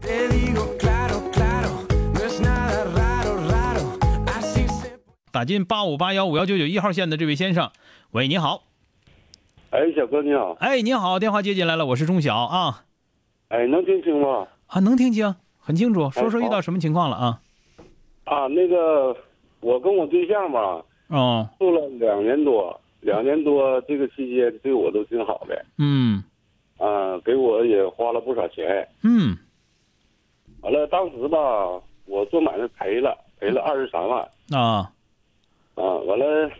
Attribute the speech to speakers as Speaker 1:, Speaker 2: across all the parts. Speaker 1: Te digo claro, claro, no es nada raro, raro. Así se
Speaker 2: 打进八五八幺五幺九九一号线的这位先生，喂，你好，
Speaker 3: 哎，小哥你好，
Speaker 2: 哎，你好，电话接进来了，我是钟晓啊
Speaker 3: 哎，能听清吗？
Speaker 2: 啊，能听清，很清楚，说说遇到什么情况了啊？
Speaker 3: 啊，那个，我跟我对象吧，
Speaker 2: 哦，
Speaker 3: 处了两年多，两年多这个期间对我都挺好的，
Speaker 2: 嗯
Speaker 3: 啊，给我也花了不少钱。
Speaker 2: 嗯
Speaker 3: 完了，当时吧，我做买卖赔了，赔了二十三万，
Speaker 2: 啊
Speaker 3: 啊，完了，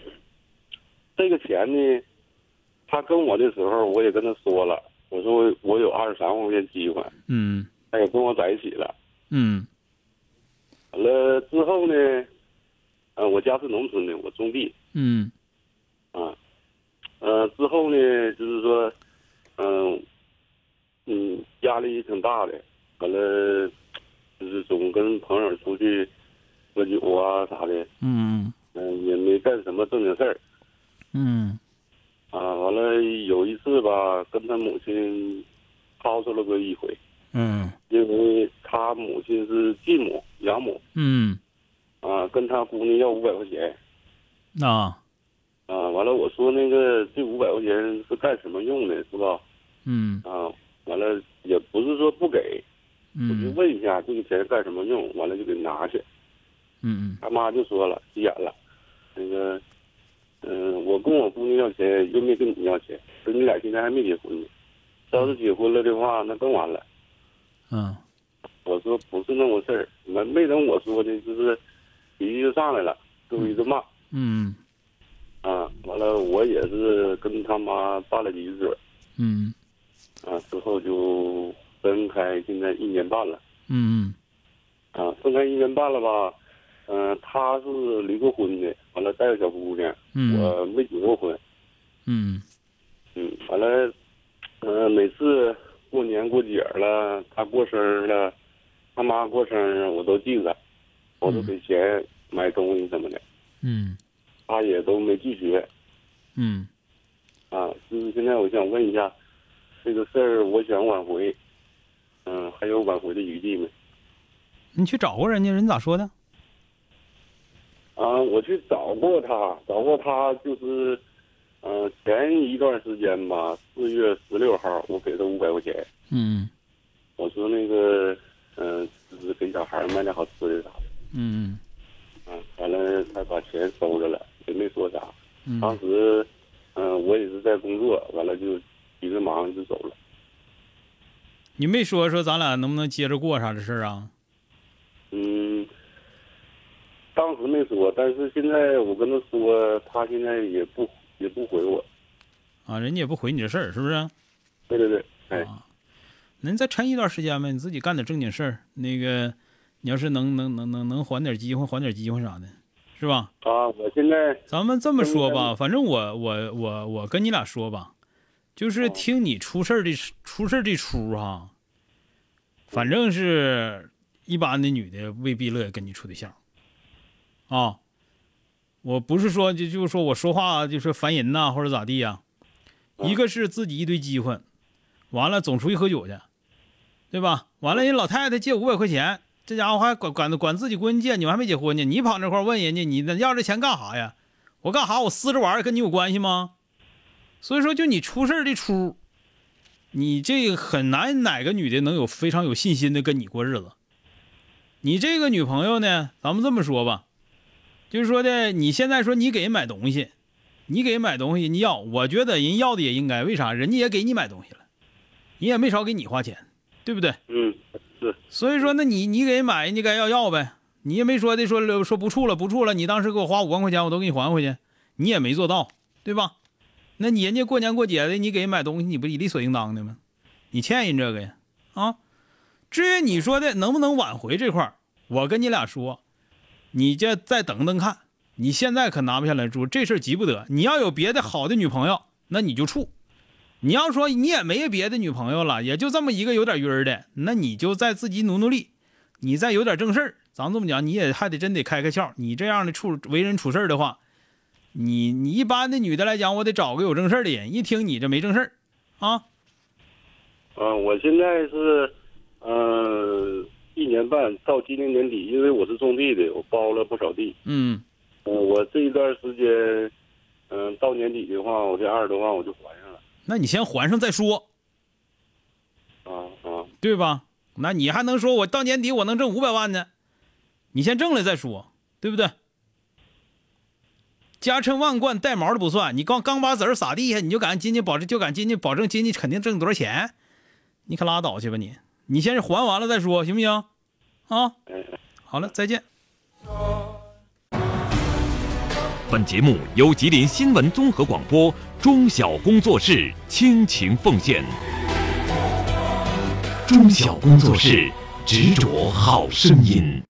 Speaker 3: 这个钱呢，他跟我的时候，我也跟他说了，我说我有二十三万块钱积款，
Speaker 2: 嗯
Speaker 3: 他也跟我在一起了。
Speaker 2: 嗯
Speaker 3: 完了之后呢，嗯、我家是农村的，我种地。
Speaker 2: 嗯
Speaker 3: 啊，呃，之后呢，就是说，嗯、嗯，压力也挺大的，完了，就是总跟朋友出去喝酒啊啥的，
Speaker 2: 嗯
Speaker 3: 嗯、也没干什么正经事儿
Speaker 2: 嗯
Speaker 3: 啊。完了有一次吧，跟他母亲吵吵了过一回，
Speaker 2: 嗯
Speaker 3: 因为他母亲是继母、养母
Speaker 2: 嗯
Speaker 3: 啊，跟他姑娘要五百块钱
Speaker 2: 啊
Speaker 3: 啊。完了，我说那个这五百块钱是干什么用的，是吧？
Speaker 2: 嗯
Speaker 3: 啊，完了也不是说不给，我就
Speaker 2: 嗯
Speaker 3: 问一下这个钱干什么用，完了就给拿去。
Speaker 2: 嗯
Speaker 3: 他妈就说了，急眼了，那个，嗯、我跟我姑娘要钱，又没跟你要钱，说你俩现在还没结婚呢，要是结婚了的话，那更完了。
Speaker 2: 嗯
Speaker 3: 我说不是那回事儿，没没等我说呢，就是脾气就上来了，就一顿骂
Speaker 2: 嗯
Speaker 3: 啊。完了，我也是跟他妈拌了几嘴
Speaker 2: 嗯
Speaker 3: 啊，之后就分开，现在一年半了。
Speaker 2: 嗯
Speaker 3: 啊，分开一年半了吧？嗯、他是离过婚的，完了带个小姑娘，
Speaker 2: 嗯
Speaker 3: 我没结过婚。
Speaker 2: 嗯
Speaker 3: 嗯，完了，嗯、每次过年过节儿了，他过生日了，他妈过生日，我都记着，我都给钱买东西什么的，
Speaker 2: 嗯
Speaker 3: 他也都没拒绝。
Speaker 2: 嗯
Speaker 3: 啊，就是现在我想问一下，这个事儿我想挽回，嗯、还有挽回的余地没？
Speaker 2: 你去找过人家，人咋说的？
Speaker 3: 啊，我去找过他，找过他就是，呃，前一段时间吧，四月十六号，我给他五百块钱，
Speaker 2: 嗯
Speaker 3: 我说那个，嗯、就是给小孩买点好吃的啥的，
Speaker 2: 嗯
Speaker 3: 嗯，完了他把钱收着了，也没说啥。
Speaker 2: 嗯
Speaker 3: 当时，嗯、我也是在工作，完了就一个忙就走了。
Speaker 2: 你没说说咱俩能不能接着过啥的事儿啊？
Speaker 3: 嗯，当时没说，但是现在我跟他说，他现在也不也不回我。
Speaker 2: 啊，人家也不回你这事儿，是不是？
Speaker 3: 对对对，哎。
Speaker 2: 啊，能再抻一段时间呗，你自己干点正经事儿。那个，你要是能能能能能还点机会，还点机会啥的，是吧？
Speaker 3: 啊，我现在
Speaker 2: 咱们这么说
Speaker 3: 嗯
Speaker 2: 吧，反正我我我我跟你俩说吧，就是
Speaker 3: 哦
Speaker 2: 听你出事儿的出事儿这出哈，反正是一般的女的未必乐意跟你处对象，啊，我不是说就就是说我说话就是烦人呐、或者咋地呀、
Speaker 3: 嗯
Speaker 2: 一个是自己一堆机会，完了总出去喝酒去，对吧？完了人老太太借五百块钱，这家伙还管管管自己闺女借，你们还没结婚呢，你跑那块儿问人家你那要这钱干啥呀？我干啥？我撕着玩儿跟你有关系吗？所以说，就你出事儿的出，你这个很难哪个女的能有非常有信心的跟你过日子。你这个女朋友呢，咱们这么说吧，就是说的，你现在说你给人买东西，你给人买东西，人家要，我觉得人要的也应该，为啥？人家也给你买东西了，人也没少给你花钱，对不对？
Speaker 3: 嗯
Speaker 2: 所以说，那你你给人买，人家该要要呗，你也没说的说说不处了不处了，你当时给我花五万块钱，我都给你还回去，你也没做到，对吧？那你人家过年过节的，你给人买东西，你不理所应当的吗？你欠人这个呀，啊？至于你说的能不能挽回这块儿我跟你俩说，你这再等等看，你现在可拿不下来住，这事儿急不得。你要有别的好的女朋友，那你就处；你要说你也没别的女朋友了，也就这么一个有点晕儿的，那你就再自己努努力，你再有点正事儿。咱这么讲，你也还得真得开开窍。你这样的处为人处事儿的话，你你一般的女的来讲，我得找个有正事儿的人。一听你这没正事儿，啊，
Speaker 3: 啊，我现在是，呃，一年半到今年年底，因为我是种地的，我包了不少地。
Speaker 2: 嗯
Speaker 3: 呃，我这一段时间，嗯、到年底的话，我这二十多万我就还上了。
Speaker 2: 那你先还上再说，
Speaker 3: 啊啊，
Speaker 2: 对吧？那你还能说我到年底我能挣五百万呢？你先挣了再说，对不对？家趁万贯带毛的不算，你刚刚把子儿撒地下，你就敢今年保证就敢今年保证今年肯定挣多少钱？你可拉倒去吧你！你先还完了再说，行不行？啊，
Speaker 3: 哎。
Speaker 2: 好了，再见。
Speaker 4: 本节目由吉林新闻综合广播中小工作室倾情奉献。中小工作室执着好声音。